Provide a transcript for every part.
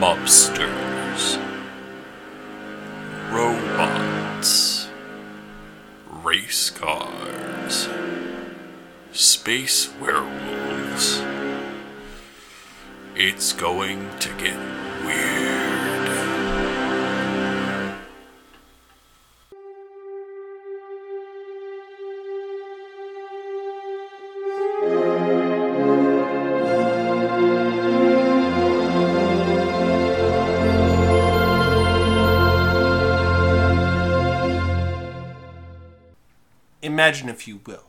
mobsters, robots, race cars, space werewolves. It's going to get weird. Imagine, if you will,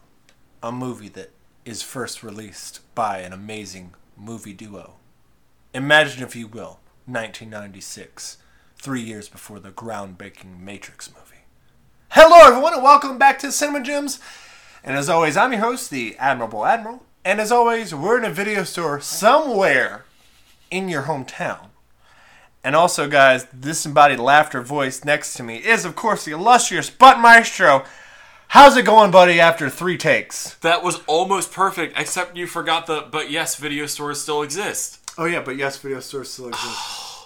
a movie that is first released by an amazing movie duo. Imagine, if you will, 1996, three years before the groundbreaking Matrix movie. Hello, everyone, and welcome back to Cinema Gems. And as always, I'm your host, the Admirable Admiral. And as always, we're in a video store somewhere in your hometown. And also, guys, the disembodied laughter voice next to me is, of course, the illustrious Butt Maestro. How's it going, buddy, after three takes? That was almost perfect, except you forgot the but yes, video stores still exist. Oh, yeah, but yes, video store still exists.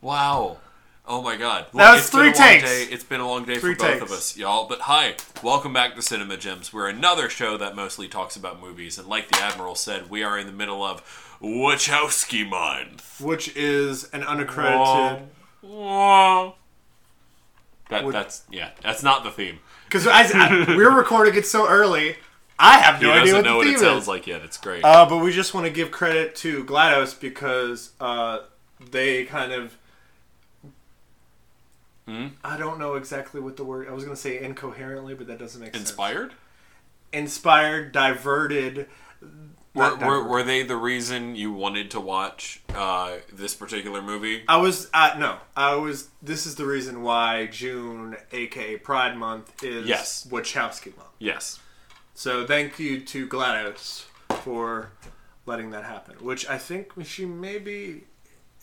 Wow. Oh my god. Look, That was it's been three a long takes. Day. It's been a long day Three for both takes. of us, y'all. But hi, welcome back to Cinema Gems. We're another show that mostly talks about movies, and like the Admiral said, we are in the middle of Wachowski month. Which is an unaccredited. Wah, wah. That, Would- that's yeah. That's not the theme. Because we're recording it so early, I have He no idea doesn't what know the what theme it sounds is. like yet. It's great. Uh, but we just want to give credit to GLaDOS because uh, they kind of. Hmm? I don't know exactly what the word. I was going to say incoherently, but that doesn't make sense. Inspired? Inspired, diverted. Were, not were, diverted. were they the reason you wanted to watch uh, this particular movie? I was uh, no. I was. This is the reason why June, aka Pride Month, is Yes. Wachowski Month. Yes. So thank you to Glados for letting that happen. Which I think she may be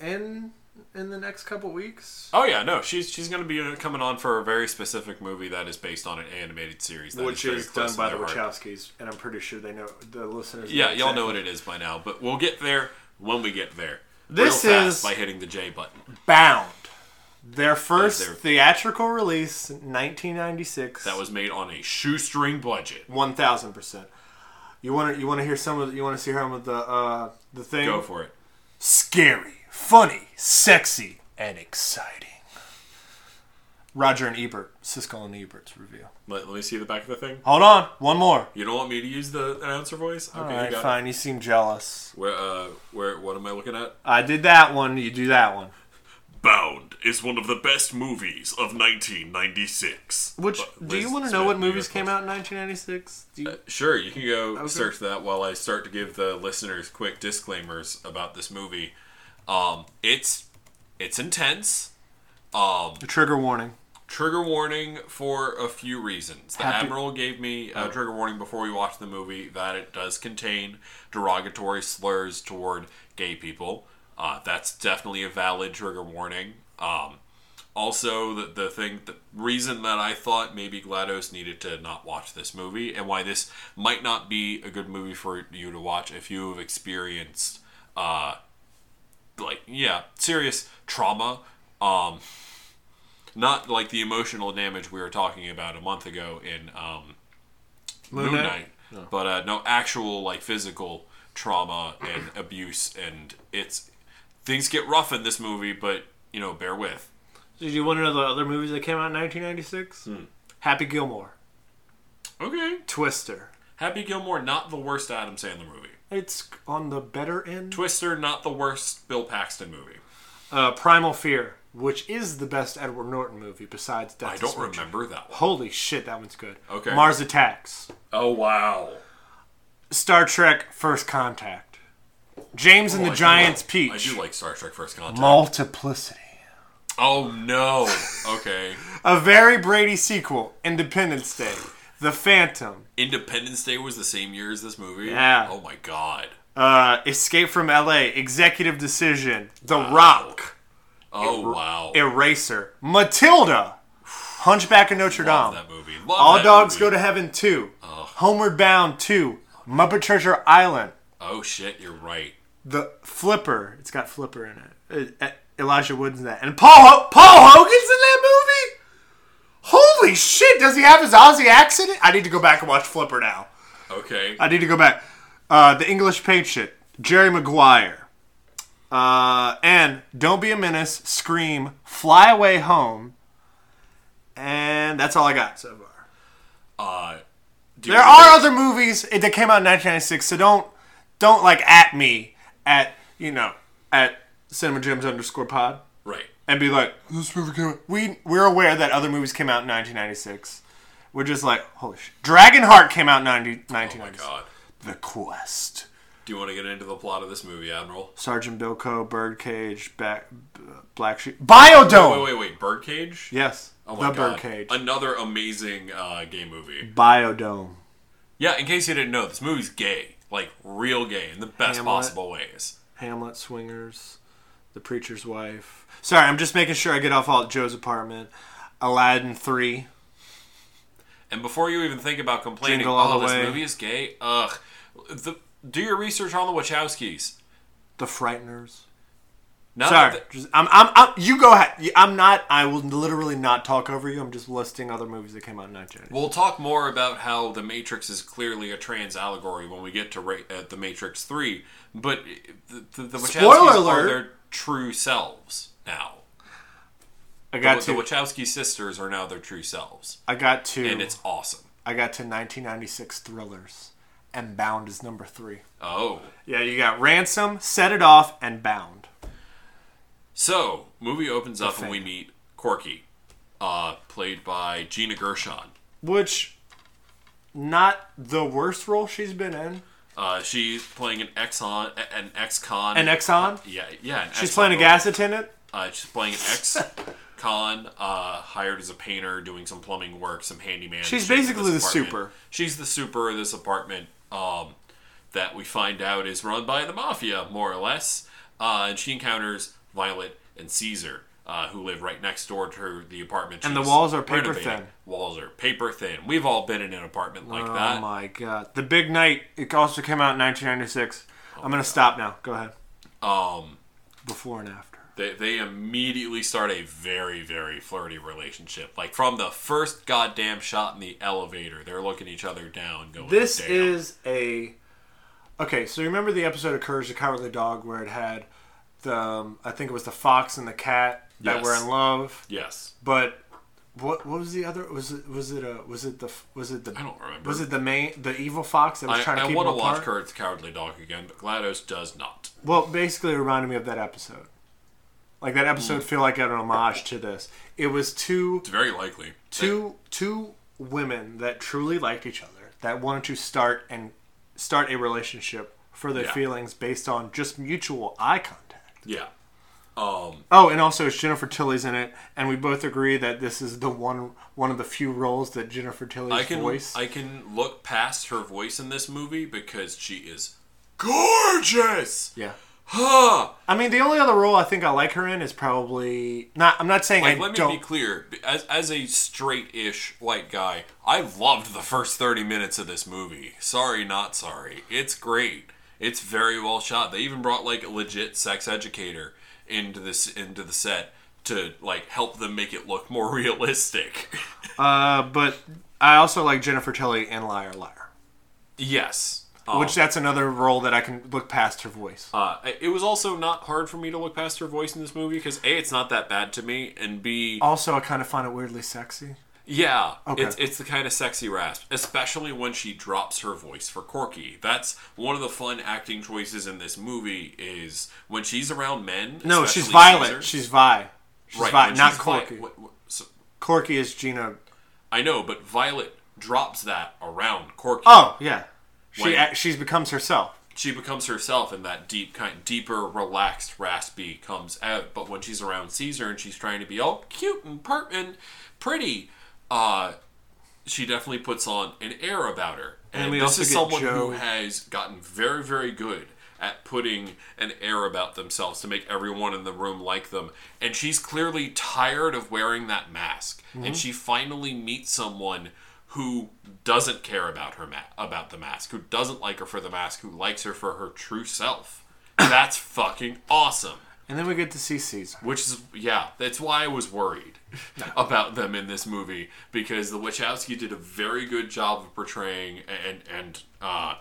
in in the next couple weeks. Oh yeah, no, she's she's going to be uh, coming on for a very specific movie that is based on an animated series, that Which very is close done to by the their heart. Wachowskis, and I'm pretty sure they know the listeners. Yeah, y'all know what it is by now, but we'll get there when we get there. This Real is- fast by hitting the J button. Bound, their first their- theatrical release, 1996. That was made on a shoestring budget. One thousand percent. You want to you want to hear some of the, you want to see some of the uh, the thing. Go for it. Scary, funny, sexy, and exciting. Roger and Ebert, Siskel and Ebert's review. Let, let me see the back of the thing. Hold on, one more. You don't want me to use the announcer voice? Okay, All you right, got it. fine. You seem jealous. Where uh where what am I looking at? I did that one. You do that one. Bound is one of the best movies of 1996. Which But do you Liz want to know what Smith, New movies York came out in 1996? Do you, Sure, you can go search that while I start to give the listeners quick disclaimers about this movie. Um, it's it's intense. trigger warning. Trigger warning for a few reasons. The Happy- admiral gave me a trigger warning before we watched the movie that it does contain derogatory slurs toward gay people. Uh, that's definitely a valid trigger warning. Um, also, the, the thing, the reason that I thought maybe GLaDOS needed to not watch this movie and why this might not be a good movie for you to watch if you have experienced, uh, like, yeah, serious trauma. Um, not like the emotional damage we were talking about a month ago in um, Moon Knight, but uh, no actual like physical trauma and abuse, and it's things get rough in this movie, but you know, bear with. Did you want to know the other movies that came out in 1996? Hmm. Happy Gilmore, Okay, Twister. Happy Gilmore, not the worst Adam Sandler movie. It's on the better end. Twister, not the worst Bill Paxton movie. uh, Primal Fear, which is the best Edward Norton movie besides Death. I don't Switch. remember that one. Holy shit, that one's good. Okay. Mars Attacks, Oh wow! Star Trek: First Contact, James and Oh, I the do Giants like- Peach, I do like Star Trek First Contact. Multiplicity, oh no! Okay. a very Brady sequel, Independence Day, The Phantom, Independence Day was the same year as this movie. Yeah. Oh my god. uh, Escape from L.A., Executive Decision, The Rock, Oh wow. Eraser, Matilda, Hunchback of Notre Love Dame. that movie. Love All that Dogs movie. Go to Heaven 2. Homeward Bound 2. Muppet Treasure Island. Oh shit, you're right. The Flipper. It's got Flipper in it. Uh, uh, Elijah Wood's in that, and Paul Ho- Paul Hogan's in that movie. Holy shit! Does he have his Aussie accent? I need to go back and watch Flipper now. Okay. I need to go back. Uh, the English Patient, Jerry Maguire, uh, and Don't Be a Menace, Scream, Fly Away Home, and that's all I got so far. Uh, do you There remember- are other movies that came out in 1996, so don't don't like at me at you know at Cinema Gems underscore Pod right. and be like this movie came out. We we're aware that other movies came out in 1996. We're just like holy shit. Dragonheart came out in 90, Oh my 1996. god. The Quest. Do you want to get into the plot of this movie, Admiral? Sergeant Bilko, Birdcage, Back, Black Sheep, Biodome. Wait, wait, wait. Birdcage? Yes, Oh my the god. Birdcage, Another amazing uh, gay movie. Biodome. Yeah, in case you didn't know, this movie's gay. Like, real gay in the best Hamlet. possible ways. Hamlet Swingers, The Preacher's Wife. Sorry, I'm just making sure I get off all at Joe's apartment. Aladdin 3. And before you even think about complaining, Jingle All oh, the this Way. movie is gay, ugh. The, do your research on the Wachowskis. The Frighteners. Now that Sorry, the- just, I'm, I'm, I'm, you go ahead. You- I'm not, I will literally not talk over you. I'm just listing other movies that came out in 1990. We'll talk more about how The Matrix is clearly a trans allegory when we get to ra- uh, The Matrix 3, but the, the, the Wachowskis Spoiler are alert. their true selves now. I The, got the to, Wachowski sisters are now their true selves, I got to, and it's awesome. I got to 1996 thrillers, and Bound is number three. Oh. Yeah, you got Ransom, Set It Off, and Bound. So, movie opens up thing. and we meet Corky, uh, played by Gina Gershon. Which, not the worst role she's been in. Uh, she's playing an ex-con, an ex-con. And Exxon. yeah, yeah. an She's ex-con playing a role. gas attendant. Uh, she's playing an ex-con, uh, hired as a painter, doing some plumbing work, some handyman. shit She's for this basically the apartment. super. She's the super of this apartment um, that we find out is run by the mafia, more or less. Uh, and she encounters Violet and Caesar, uh, who live right next door to her, the apartment. And the she's walls are paper renovating. thin. Walls are paper thin. We've all been in an apartment like Oh that. my god. The Big Night. It also came out in 1996. I'm going to stop now. Go ahead. Oh Um, Before and after. they, they immediately start a very very flirty relationship like from the first goddamn shot in the elevator they're looking each other down going This "Damn." is a. Okay, so you remember the episode of Courage the Cowardly Dog where it had the. Um, I think it was the fox and the cat that Yes. were in love. yes But. What, what was the other was it was it a was it the was it the i don't remember was it the main the evil fox that was i, trying to I keep want to them apart? watch Kurt's cowardly dog again but glados does not Well, basically, it reminded me of that episode. Like that Mm. episode, feel like an homage to this. It was two it's very likely two two women that truly liked each other that wanted to start and start a relationship for their Yeah. feelings based on just mutual eye contact. yeah um Oh, and also it's Jennifer Tilly's in it, and we both agree that this is the one one of the few roles that Jennifer Tilly's i can voice. i can look past her voice in this movie because she is gorgeous yeah. huh I mean, the only other role I think I like her in is probably not. I'm not saying Like, I let me don't. be clear. As, as a straight ish white guy, I loved the first 30 minutes of this movie. Sorry, not sorry. It's great. It's very well shot. They even brought, like, a legit sex educator into this into the set to, like, help them make it look more realistic. Uh, but I also like Jennifer Tilly in Liar Liar, yes. Um, which that's another role that I can look past her voice. uh, it was also not hard for me to look past her voice in this movie because, A, it's not that bad to me, and B, Also, I kind of find it weirdly sexy. Yeah, Okay. it's it's the kind of sexy rasp, especially when she drops her voice for Corky. That's one of the fun acting choices in this movie is when she's around men. No, she's especially Violet. Caesar- She's Vi. She's Vi, when not she's Vi- Corky. what- what- so- Corky is Gina. I know, but Violet drops that around Corky. Oh yeah, she Wait. act- she's becomes herself. She becomes herself, and that deep, kind, deeper, relaxed raspy comes out. But when she's around Caesar and she's trying to be all cute and pert and pretty, uh, she definitely puts on an air about her. And, we this also is get someone Joe- who has gotten very, very good at putting an air about themselves to make everyone in the room like them. And she's clearly tired of wearing that mask. Mm-hmm. And she finally meets someone who doesn't care about her ma- about the mask, who doesn't like her for the mask, who likes her for her true self. That's fucking awesome. And then we get to see Caesar. Which is yeah, that's why I was worried about them in this movie because the Wachowski did a very good job of portraying and and uh,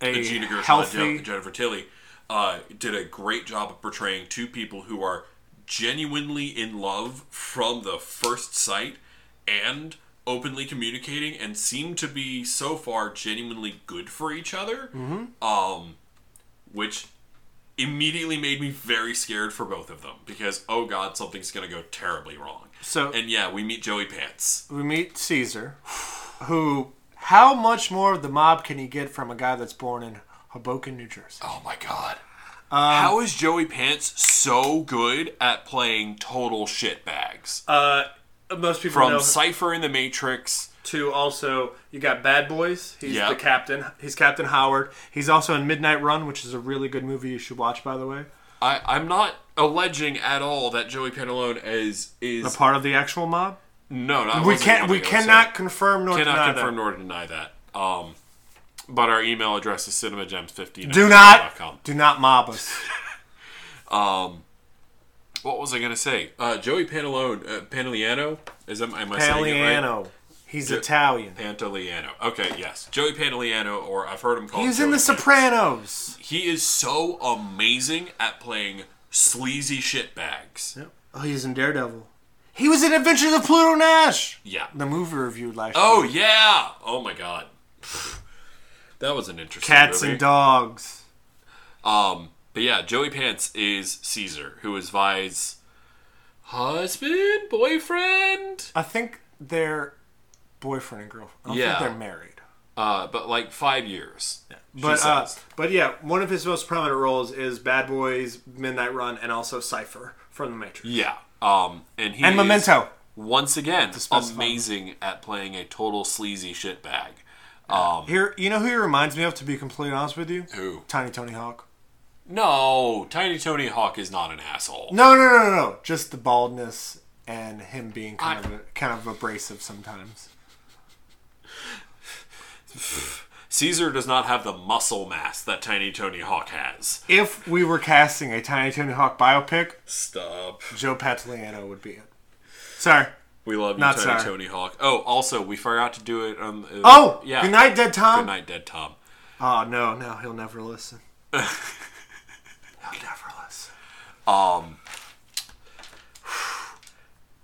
A Gina Gershon healthy, and Je- Jennifer Tilly uh, did a great job of portraying two people who are genuinely in love from the first sight and openly communicating and seem to be so far genuinely good for each other. Um, Mm-hmm. which immediately made me very scared for both of them because oh god, something's gonna go terribly wrong. So- and yeah, we meet Joey Pants. we meet Caesar, who how much more of the mob can he get from a guy that's born in Hoboken, New Jersey? Oh my god. Um, How is Joey Pants so good at playing total shitbags? Uh, most people From Cypher in the Matrix, to also you got Bad Boys. He's Yeah. the captain. He's Captain Howard. He's also in Midnight Run, which is a really good movie you should watch, by the way. I, I'm not alleging at all that Joey Pantalone is is A part of the actual mob. no, no. I We wasn't can't. hoping We it was cannot him. confirm nor cannot deny that. confirm nor deny that. Um, but our email address is cinemagems15. do not. Do not mob us. What was I gonna say? Uh, Joey Pantalone, uh, Pantaleano, is that, am I saying it right? Paleano. He's Italian. Pantaleano. Okay, yes, Joey Pantaleano, or I've heard him called. He's in Joey The Pants. Sopranos. He is so amazing at playing sleazy shitbags. Oh, he's in Daredevil. He was in Adventures of Pluto Nash. Yeah. The movie reviewed last Oh year. yeah. Oh my god. That was an interesting Cats movie. and dogs. Um, but yeah, Joey Pants is Caesar, who is Vi's husband, boyfriend. I think they're boyfriend and girlfriend. I don't Yeah. think they're married. Uh, but like five years. she But uh, says. but yeah, one of his most prominent roles is Bad Boys, Midnight Run, and also Cipher from The Matrix. yeah. Um, and he And is, Memento. once again specify. amazing at playing a total sleazy shitbag. Here, you know who he reminds me of? To be completely honest with you, Who? Tiny Tony Hawk. No, Tiny Tony Hawk is not an asshole. No, no, no, no, no. Just the baldness and him being kind of a, kind of abrasive sometimes. Caesar does not have the muscle mass that Tiny Tony Hawk has. If we were casting a Tiny Tony Hawk biopic, Stop. Joe Pantoliano would be it. Sorry. We love you, Not Tiny sorry. Tony Hawk. Oh, also, we forgot to do it on. Uh, Oh, yeah. Good night, Dead Tom. Good night, Dead Tom. Oh no, no, he'll never listen. he'll never listen. Um,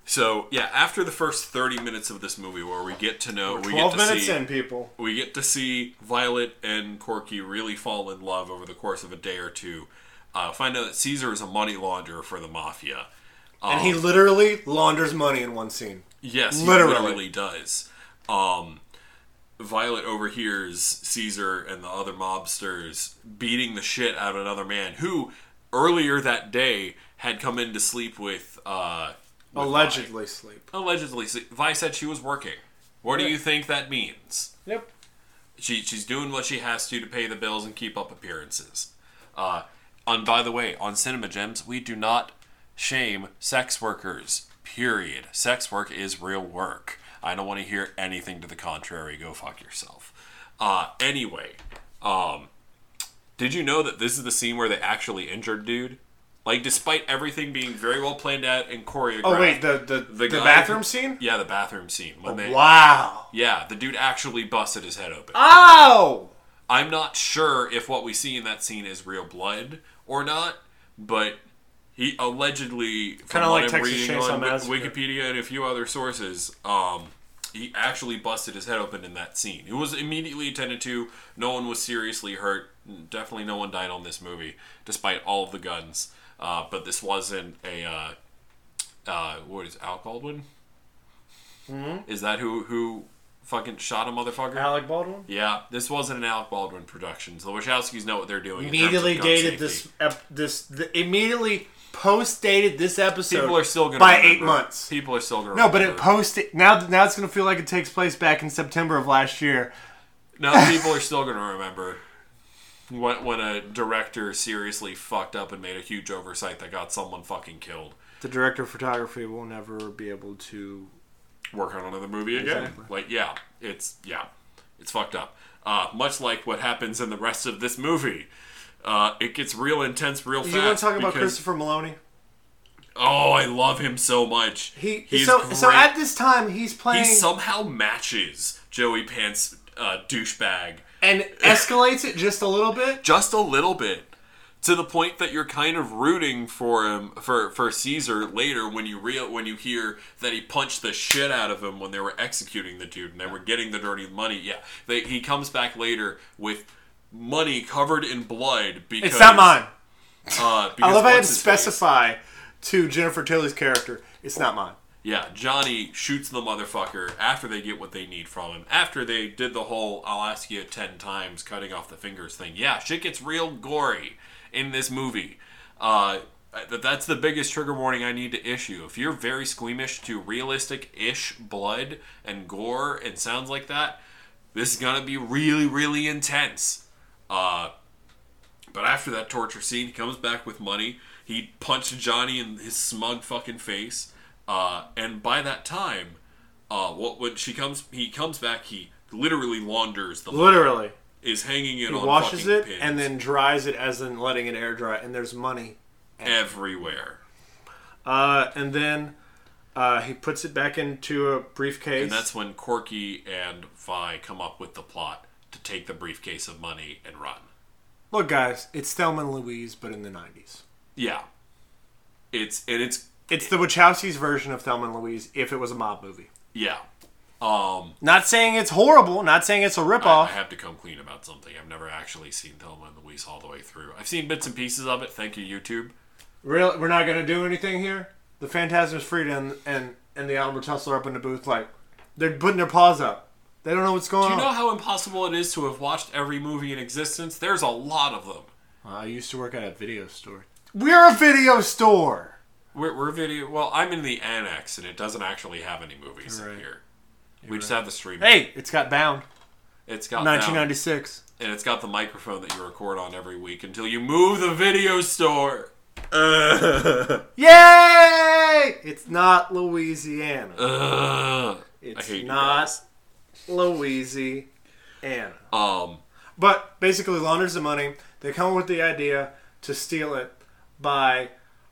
So yeah, after the first thirty minutes of this movie, where we get to know, we get Twelve to minutes see, in, people. we get to see Violet and Corky really fall in love over the course of a day or two. Uh, find out that Caesar is a money launderer for the mafia. And Oh. he literally launders money in one scene. Yes, he Literally. literally, does. Um, Violet overhears Caesar and the other mobsters beating the shit out of another man who earlier that day had come in to sleep with. Uh, with Allegedly sleep. Vi. Allegedly, sleep. Vi said she was working. What do you think that means? Yep. She she's doing what she has to to pay the bills and keep up appearances. Uh, and by the way, on Cinema Gems, we do not shame sex workers. Period. Sex work is real work. I don't want to hear anything to the contrary. Go fuck yourself. Uh, anyway, um, did you know that this is the scene where they actually injured dude? Like, despite everything being very well planned out and choreographed. Oh wait, the the, the, guy- bathroom scene? Yeah, the bathroom scene. When they, Wow. Yeah, the dude actually busted his head open. Ow! I'm not sure if what we see in that scene is real blood or not, but he allegedly, from Kinda what like I'm Texas reading Chainsaw on Wi- Massacre. Wikipedia and a few other sources, um, he actually busted his head open in that scene. It was immediately attended to. No one was seriously hurt. Definitely, no one died on this movie, despite all of the guns. Uh, but this wasn't a uh, uh, what is Al Baldwin? Mm-hmm. Is that who who fucking shot a motherfucker? Alec Baldwin Yeah, this wasn't an Alec Baldwin production. So the Wachowskis know what they're doing. in terms of immediately gun dated safety. this ep- this the, immediately post dated this episode. People are still going to by eight months. People are still going to No, but it posted now. Now it's gonna feel like it takes place back in September of last year. no, people are still going to remember when when a director seriously fucked up and made a huge oversight that got someone fucking killed. The director of photography will never be able to. Work on another movie again. Like yeah, it's yeah, it's fucked up. Uh, much like what happens in the rest of this movie. Uh, it gets real intense, real fast. Do you want to talk about because- Christopher Maloney? Oh, I love him so much. He He's so so great. at this time he's he playing somehow matches Joey Pants uh, douchebag and escalates it just a little bit. just a little bit to the point that you're kind of rooting for him for for Caesar later when you real when you hear that he punched the shit out of him when they were executing the dude and they were getting the dirty money. Yeah, they, he comes back later with money covered in blood because It's not mine. Uh, because I love how I had to what's-his-face- specify to Jennifer Tilly's character. It's not mine. Yeah, Johnny shoots the motherfucker after they get what they need from him. After they did the whole I'll ask you 10 times cutting off the fingers thing. Yeah, shit gets real gory in this movie. Uh th- that's the biggest trigger warning I need to issue. If you're very squeamish to realistic ish blood and gore and sounds like that, this is going to be really, really intense. Uh, but after that torture scene, he comes back with money. He punched Johnny in his smug fucking face. Uh, and by that time, uh, what when she comes, he comes back. He literally launders the money, Literally. is hanging it on washes fucking it pins and then dries it as in letting it air dry and there's money everywhere. uh, and then uh, he puts it back into a briefcase And that's when Corky and Vi come up with the plot to take the briefcase of money and run. look guys it's thelma and louise but in the 90s Yeah, it's and it's it's the wachowskis version of thelma and louise if it was a mob movie yeah. Um, not saying it's horrible not saying it's a I, I ripoff have to come clean about something. I've never actually seen Thelma and Louise all the way through. I've seen bits and pieces of it. Thank you, YouTube. really we're not going to do anything here the phantasms frida and, and, and the honorable tussler up in the booth like they're putting their paws up they don't know what's going Do you on know how impossible it is to have watched every movie in existence? There's a lot of them. I used to work at a video store. we're a video store We're, we're video. Well, I'm in the annex, and it doesn't actually have any movies in here. we just have the stream. hey it's got bound it's got that, 1996 and it's got the microphone that you record on every week until you move the video store. Yay! It's not Louisiana. Ugh. it's hate you not Louisiana. Um. But basically, launders the money. They come up with the idea to steal it by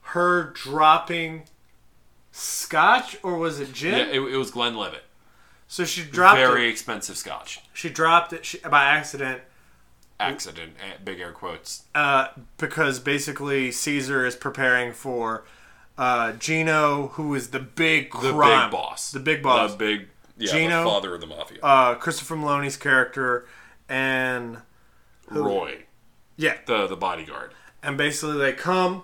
her dropping scotch, or was it gin? Yeah, it, it was Glenn Levitt. so she dropped Very it. expensive scotch. She dropped it she, by accident Accident. eh, Big air quotes. uh, because basically Caesar is preparing for uh, Gino, who is the big the crime. big boss, The big boss. the big yeah, Gino? the father of the mafia, uh, Christopher Maloney's character, and Roy, yeah, the the bodyguard. and basically they come,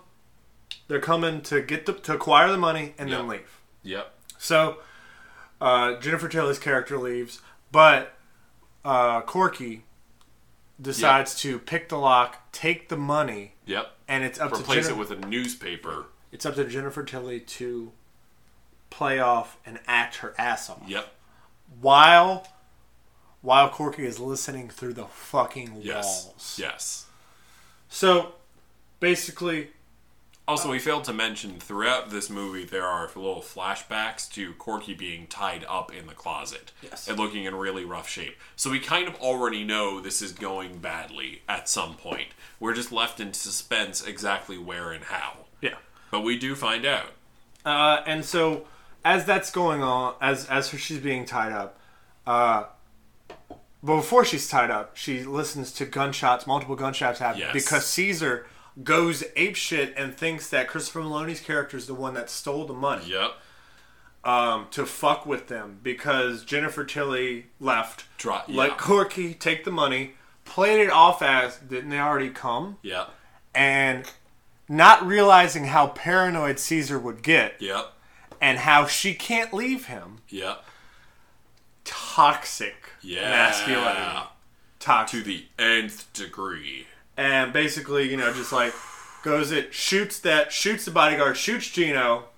they're coming to get the, to acquire the money and then Yeah. leave. Yep. So uh, Jennifer Taylor's character leaves, but uh, Corky decides to pick the lock, take the money, Yep. and it's up Replace it to Jenni- with a newspaper. it's up to Jennifer Tilly to play off and act her ass off Yep. while while Corky is listening through the fucking Yes. walls. Yes. So basically, Also, we failed to mention throughout this movie there are little flashbacks to Corky being tied up in the closet Yes. and looking in really rough shape. So we kind of already know this is going badly at some point. We're just left in suspense exactly where and how. yeah. But we do find out. Uh, and so as that's going on, as as her, she's being tied up, uh, but before she's tied up, she listens to gunshots, multiple gunshots happen Yes. because Caesar goes apeshit and thinks that Christopher Maloney's character is the one that stole the money Yep. um, to fuck with them because Jennifer Tilly left, Dro- let yeah. Corky take the money, played it off as didn't they already come? Yep. and not realizing how paranoid Caesar would get Yep. and how she can't leave him. Yep. Toxic Yeah. masculinity. to Toxic. the nth degree. And basically, you know, just like goes it, shoots that, shoots the bodyguard, shoots Gino,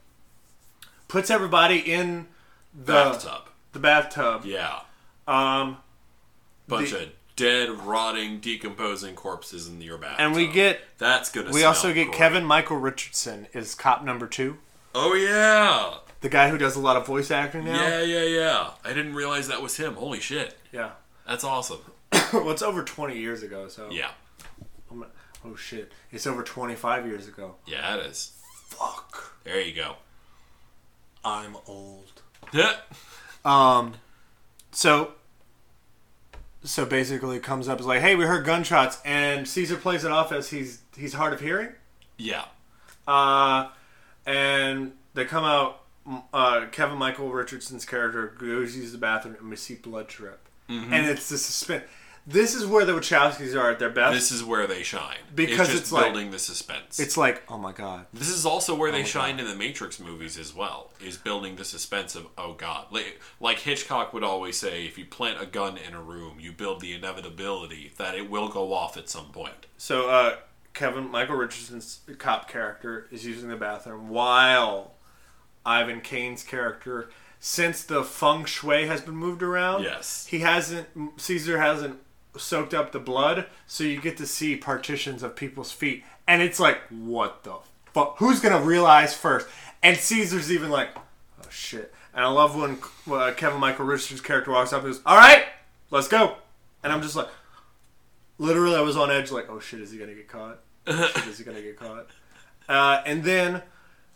puts everybody in the Bathtub. the bathtub. Yeah. Um, Bunch The- of dead, rotting, decomposing corpses in your bathtub. and we get that's gonna. we smell also get great. Kevin Michael Richardson is cop number two, Oh yeah, the guy who does a lot of voice acting now. yeah, yeah, yeah. I didn't realize that was him. Holy shit, yeah. that's awesome. well, it's over twenty years ago, so Yeah, I'm gonna- Oh shit! It's over 25 years ago. Yeah, it is. Fuck! There you go. I'm old. Um, so, so basically, it comes up is like, hey, we heard gunshots, and Caesar plays it off as he's he's hard of hearing. yeah. Uh, and they come out. m- Uh, Kevin Michael Richardson's character goes use the bathroom, and we see blood drip, and it's the suspense. This is where the Wachowskis are at their best. This is where they shine. Because it's just it's like- building the suspense. it's like, oh my god, This is also where they shined in the Matrix movies as well, is building the suspense of oh god. Like, like Hitchcock would always say, if you plant a gun in a room, you build the inevitability that it will go off at some point. So uh, Kevin Michael Richardson's cop character is using the bathroom while Ivan Kane's character, since the feng shui has been moved around, Yes. he hasn't Caesar hasn't soaked up the blood, so you get to see partitions of people's feet, and it's like what the fuck? Who's gonna realize first? And Caesar's even like, oh shit. And I love when uh, Kevin Michael Richardson's character walks up and goes, all right, let's go. And I'm just like, literally I was on edge like oh shit is he gonna get caught oh, shit is he gonna get caught uh, and then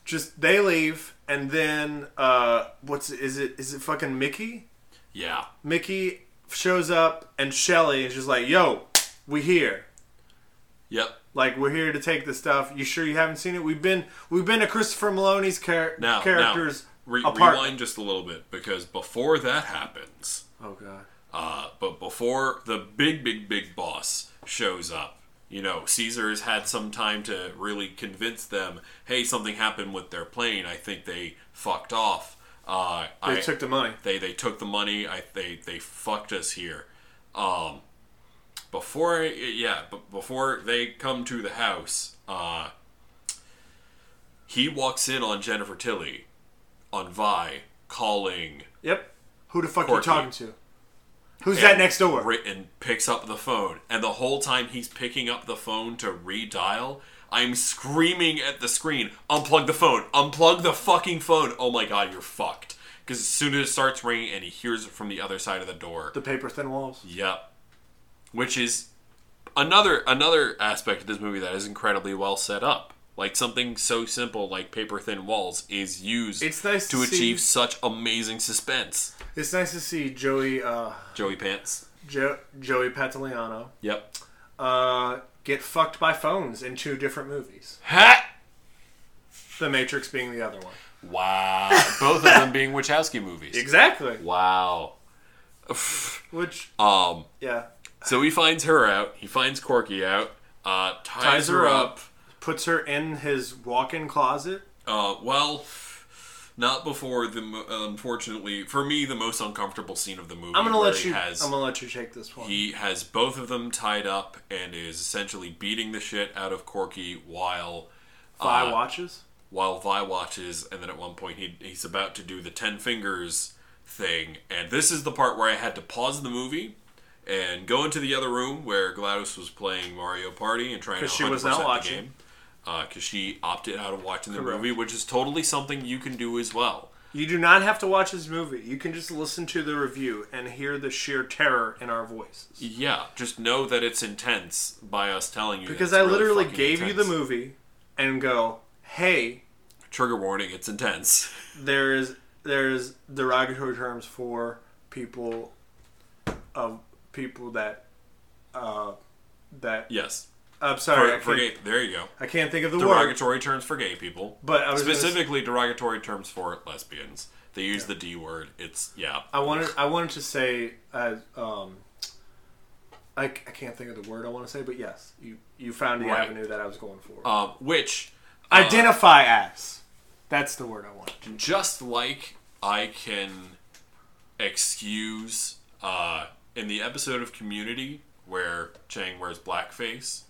just they leave and then uh, what's is it is it fucking Mickey Yeah. Mickey shows up and Shelly is just like yo we here Yep. like we're here to take this stuff you sure you haven't seen it we've been we've been to Christopher Maloney's char- Now, characters now re- apartment. rewind just a little bit because before that happens, oh god Uh, but before the big, big, big boss shows up, you know, Caesar has had some time to really convince them hey, something happened with their plane. I think they fucked off. Uh, they I, took the money they, they took the money. I, they, they fucked us here. Um, before, I- yeah, but before they come to the house, uh, he walks in on Jennifer Tilly, on Vi, calling yep who the fuck are you Courtney. talking to who's that and next door ri- and picks up the phone. And the whole time he's picking up the phone to redial, I'm screaming at the screen, unplug the phone, unplug the fucking phone. Oh my god, you're fucked. Because as soon as it starts ringing and he hears it from the other side of the door, the paper thin walls Yep. Which is another another aspect of this movie that is incredibly well set up. Like something so simple like paper thin walls is used It's nice to to see- achieve such amazing suspense. It's nice to see Joey uh, Joey Pants. jo- Joey Pantoliano Yep. uh, get fucked by phones in two different movies. Ha! The Matrix being the other one. Wow. Both of them being Wachowski movies. Exactly. Wow. Which Um, yeah, so he finds her out. He finds Corky out. Uh, ties, her, up. puts her in his walk-in closet. Uh, well, not before the. mo- Unfortunately, for me, the most uncomfortable scene of the movie. I'm gonna where let he you. Has, I'm gonna let you take this one. he has both of them tied up and is essentially beating the shit out of Corky while Five uh, watches. while Vi watches, and then at one point he, he's about to do the ten fingers thing, and this is the part where I had to pause the movie and go into the other room where Gladys was playing Mario Party and trying to 'Cause 100% she was not the watching. game because she opted out of watching the Correct. movie, which is totally something you can do as well. You do not have to watch this movie. You can just listen to the review and hear the sheer terror in our voices. Yeah, just know that it's intense by us telling you. that Because it's I really literally fucking gave you intense. the movie and go, hey, Trigger warning: it's intense. there is there's derogatory terms for people of people that uh that Yes, I'm for, sorry I, for can't, gay. There you go. I can't think of the word derogatory terms for gay people. But I was gonna specifically derogatory terms for lesbians. They use the D word. It's yeah. I wanted I wanted to say uh, um I, I can't think of the word I want to say but yes you you found the Right. avenue that I was going for Um, which identify as that's the word I want just like I can excuse uh, in the episode of Community where Chang wears blackface,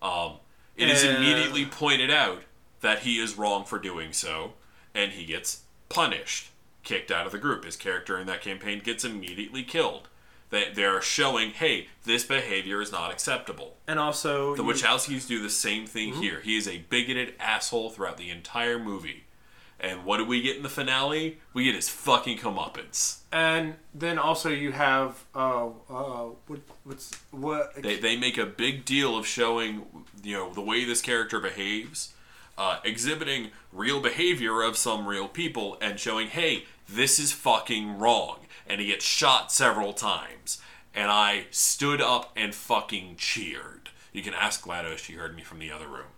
um, it is And- immediately pointed out that he is wrong for doing so, and he gets punished, kicked out of the group. His character in that campaign gets immediately killed. They, they are showing, hey, this behavior is not acceptable. and also The you- Wachowskis do the same thing here. He is a bigoted asshole throughout the entire movie. And what do we get in the finale? We get his fucking comeuppance. And then also you have uh, uh, what, what's what? They, they make a big deal of showing, you know, the way this character behaves, uh, exhibiting real behavior of some real people, and showing, hey, this is fucking wrong. And he gets shot several times. And I stood up and fucking cheered. You can ask GLaDOS, she heard me from the other room.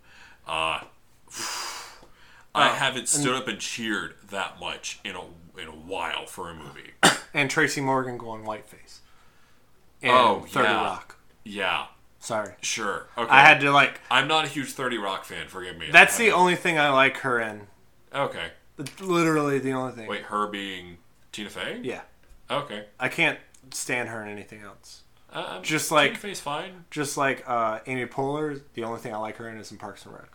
Uh, Oh, I haven't stood up and cheered that much in a, in a while for a movie. and Tracy Morgan going whiteface. And Oh, Thirty yeah. Rock. yeah, Sorry, sure. Okay. I had to like. I'm not a huge 30 Rock fan, forgive me. That's I- the only thing I like her in. Okay. Literally the only thing. Wait, her being Tina Fey? Yeah, Okay. I can't stand her in anything else. Um, Just Tina like, Fey's fine. just like uh, Amy Poehler. The only thing I like her in is in Parks and Rec.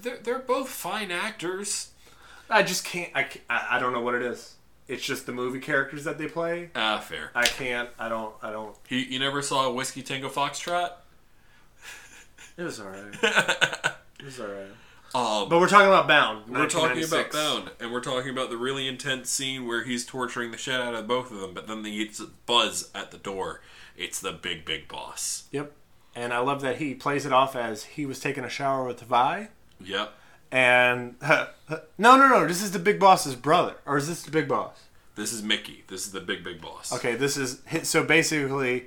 They're, they're both fine actors. I just can't. I can't, I I don't know what it is. It's just the movie characters that they play. Ah, fair. I can't. I don't. I don't. He, you never saw Whiskey Tango Foxtrot? It was alright. it was alright. Um, But we're talking about Bound. we're talking about 1996. Bound, and we're talking about the really intense scene where he's torturing the shit out of both of them, but then he gets buzz at the door. It's the big, big boss. Yep. And I love that he plays it off as he was taking a shower with Vi. Yep. And no, no, no. This is the big boss's brother, or is this the big boss? This is Mickey. This is the big, big boss. Okay, this is so basically,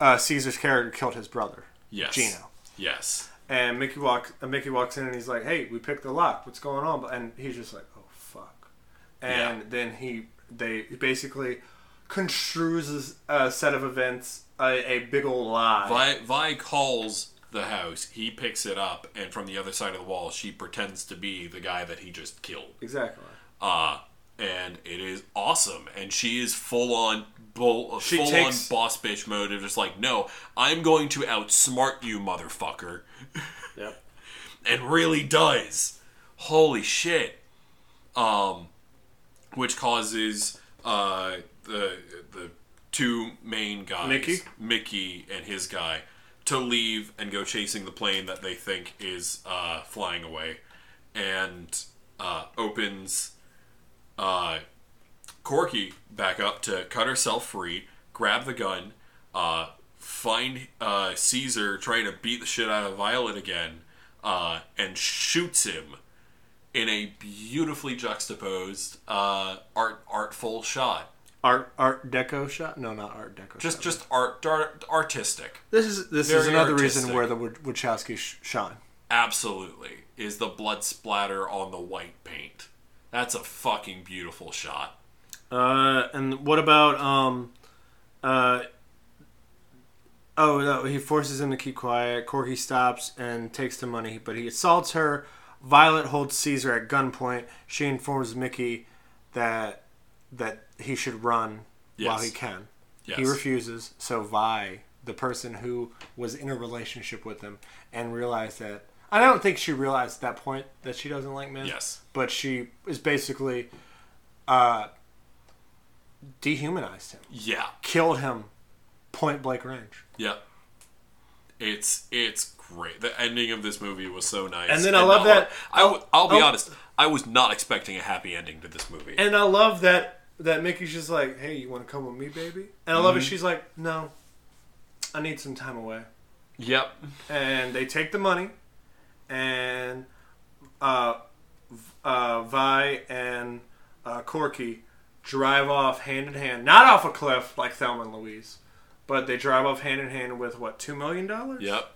uh, Caesar's character killed his brother, Yes. Gino. Yes. And Mickey walks. Uh, Mickey walks in and he's like, "Hey, we picked the lock. What's going on?" And he's just like, "Oh fuck." And Yeah. then he they basically construes a set of events a, a big old lie. Vi, Vi calls the house. He picks it up, and from the other side of the wall, she pretends to be the guy that he just killed. Exactly. Uh, and it is awesome. And she is full on bull, She full takes- on boss bitch mode of just like, no, I'm going to outsmart you, motherfucker, Yep. and really does. Holy shit. Um, which causes uh the the two main guys, Mickey? Mickey and his guy, to leave and go chasing the plane that they think is uh flying away, and uh opens uh Corky back up to cut herself free, grab the gun, uh, find uh, Caesar trying to beat the shit out of Violet again, uh, and shoots him in a beautifully juxtaposed, uh, art artful shot. Art Art Deco shot? No, not Art Deco. Just shot. just art, dar- artistic. this is this is very another reason artistic. where the Wach- Wachowski sh- shine. Absolutely is the blood splatter on the white paint. That's a fucking beautiful shot. Uh, and what about um, uh, oh no, he forces him to keep quiet. Corky stops and takes the money, but he assaults her. Violet holds Caesar at gunpoint. She informs Mickey that that he should run while Yes. he can. Yes. He refuses, so Vi, the person who was in a relationship with him and realized that I don't think she realized at that point that she doesn't like men. Yes. But she is basically uh dehumanized him. Yeah. Killed him point blank range. Yep. It's it's great. The ending of this movie was so nice. And then I oh. love the- that- I w- I'll be I'll- honest. I was not expecting a happy ending to this movie. And I love that that Mickey's just like, Hey, you wanna come with me, baby? And I love it, she's like, No. I need some time away. yep. and they take the money, and uh, uh, Vi and uh, Corky drive off hand in hand, not off a cliff like Thelma and Louise, but they drive off hand in hand with what two million dollars? Yep.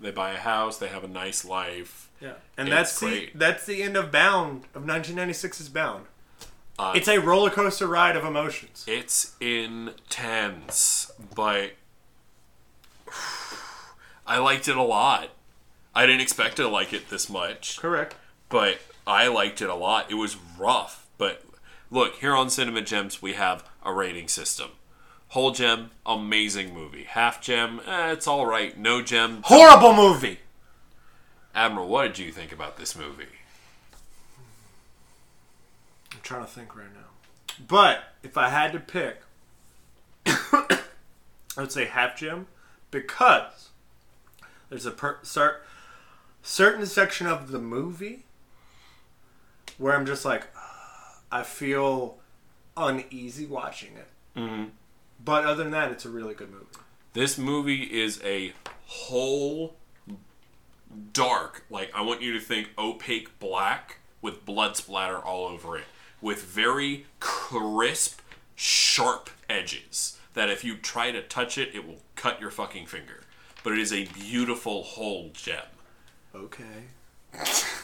They buy a house. They have a nice life. yeah. And It's that's great. the that's the end of Bound of 1996's Bound. Uh, It's a roller coaster ride of emotions. It's intense, but I liked it a lot. I didn't expect to like it this much. Correct. but I liked it a lot. It was rough, but look, here on Cinema Gems, we have a rating system. Whole gem, amazing movie. Half gem, eh, it's all right. No gem. Horrible movie. Admiral, what did you think about this movie? I'm trying to think right now. But if I had to pick, I would say half gym because there's a per- cer- certain section of the movie where I'm just like, I feel uneasy watching it. Mm-hmm. But other than that, it's a really good movie. This movie is a whole dark, like I want you to think opaque black with blood splatter all over it, with very crisp, sharp edges that if you try to touch it, it will cut your fucking finger. But it is a beautiful whole gem. Okay.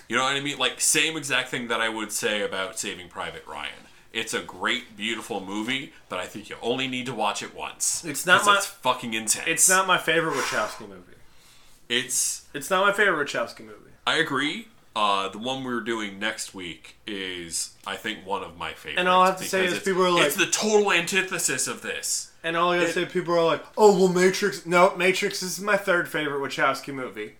You know what I mean? Like same exact thing that I would say about Saving Private Ryan. It's a great, beautiful movie, but I think you only need to watch it once. It's not 'Cause my- It's fucking intense. It's not my favorite Wachowski movie. It's. It's not my favorite Wachowski movie. I agree. Uh, the one we're doing next week is, I think, one of my favorites. all I have to say because is it's- people are like- it's the total antithesis of this. And all I gotta say, people are like, "Oh, well, Matrix." No, Matrix is my third favorite Wachowski movie.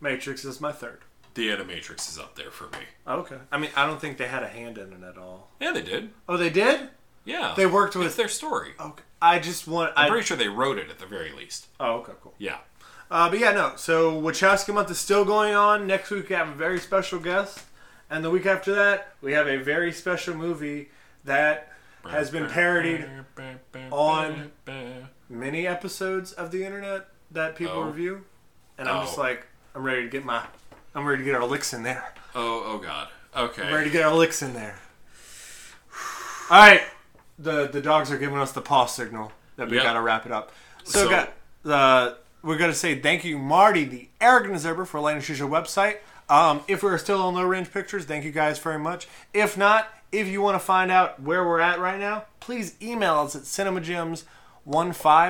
Matrix is my third. The Animatrix is up there for me. Okay. I mean, I don't think they had a hand in it at all. Yeah, they did. Oh, they did. Yeah, They worked with. It's their story. okay. I just want. I. I'm pretty sure they wrote it at the very least. oh, okay, cool. Yeah. Uh, but yeah, no. So Wachowski month is still going on. Next week we have a very special guest, and the week after that we have a very special movie that has been parodied on many episodes of the internet that people Oh. review, and I'm Oh. just like, I'm ready to get my, I'm ready to get our licks in there. Oh, oh God. I'm ready Okay. to get our licks in there. All right, the the dogs are giving us the paw signal that we Yep. gotta wrap it up. So, So- got uh, we're gonna say thank you, Marty, the arrogant observer, for letting us use your website. Um, if we're still on low range pictures, thank you guys very much. If not, if you want to find out where we're at right now, please email us at cinemagems15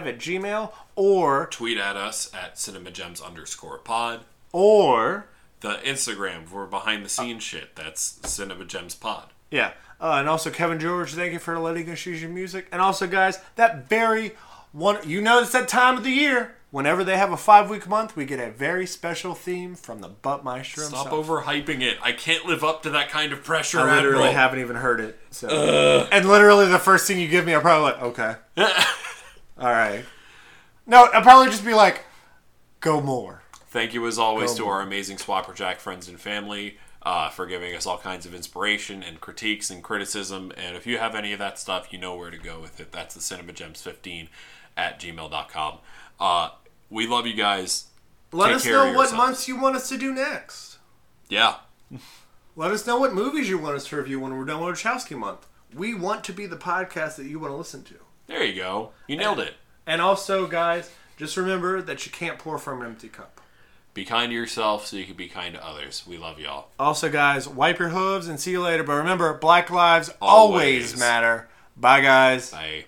at gmail or Tweet at us at cinemagems underscore pod. or The Instagram for behind the scenes shit. That's cinemagems pod. Yeah. Uh, and also, Kevin George, thank you for letting us use your music. And also, guys, that very one, you know, it's that time of the year. Whenever they have a five week month, we get a very special theme from the Butt Maestro. Stop himself. overhyping it. I can't live up to that kind of pressure. I literally Admiral. haven't even heard it. So. And literally, the first thing you give me, I'm probably like, okay. All right. No, I'll probably just be like, go more. Thank you, as always, to our amazing Swapper Jack friends and family uh, for giving us all kinds of inspiration and critiques and criticism. And if you have any of that stuff, you know where to go with it. That's the cinemagems15 at gmail.com. Uh, we love you guys. Let Take us care of know what yourselves. months you want us to do next. Yeah. Let us know what movies you want us to review when we're done with Wachowski month. We want to be the podcast that you want to listen to. There you go. You Uh, nailed it. And also, guys, just remember that you can't pour from an empty cup. Be kind to yourself so you can be kind to others. We love y'all. Also, guys, wipe your hooves and see you later. But remember, black lives always, Always. matter. Bye, guys. Bye.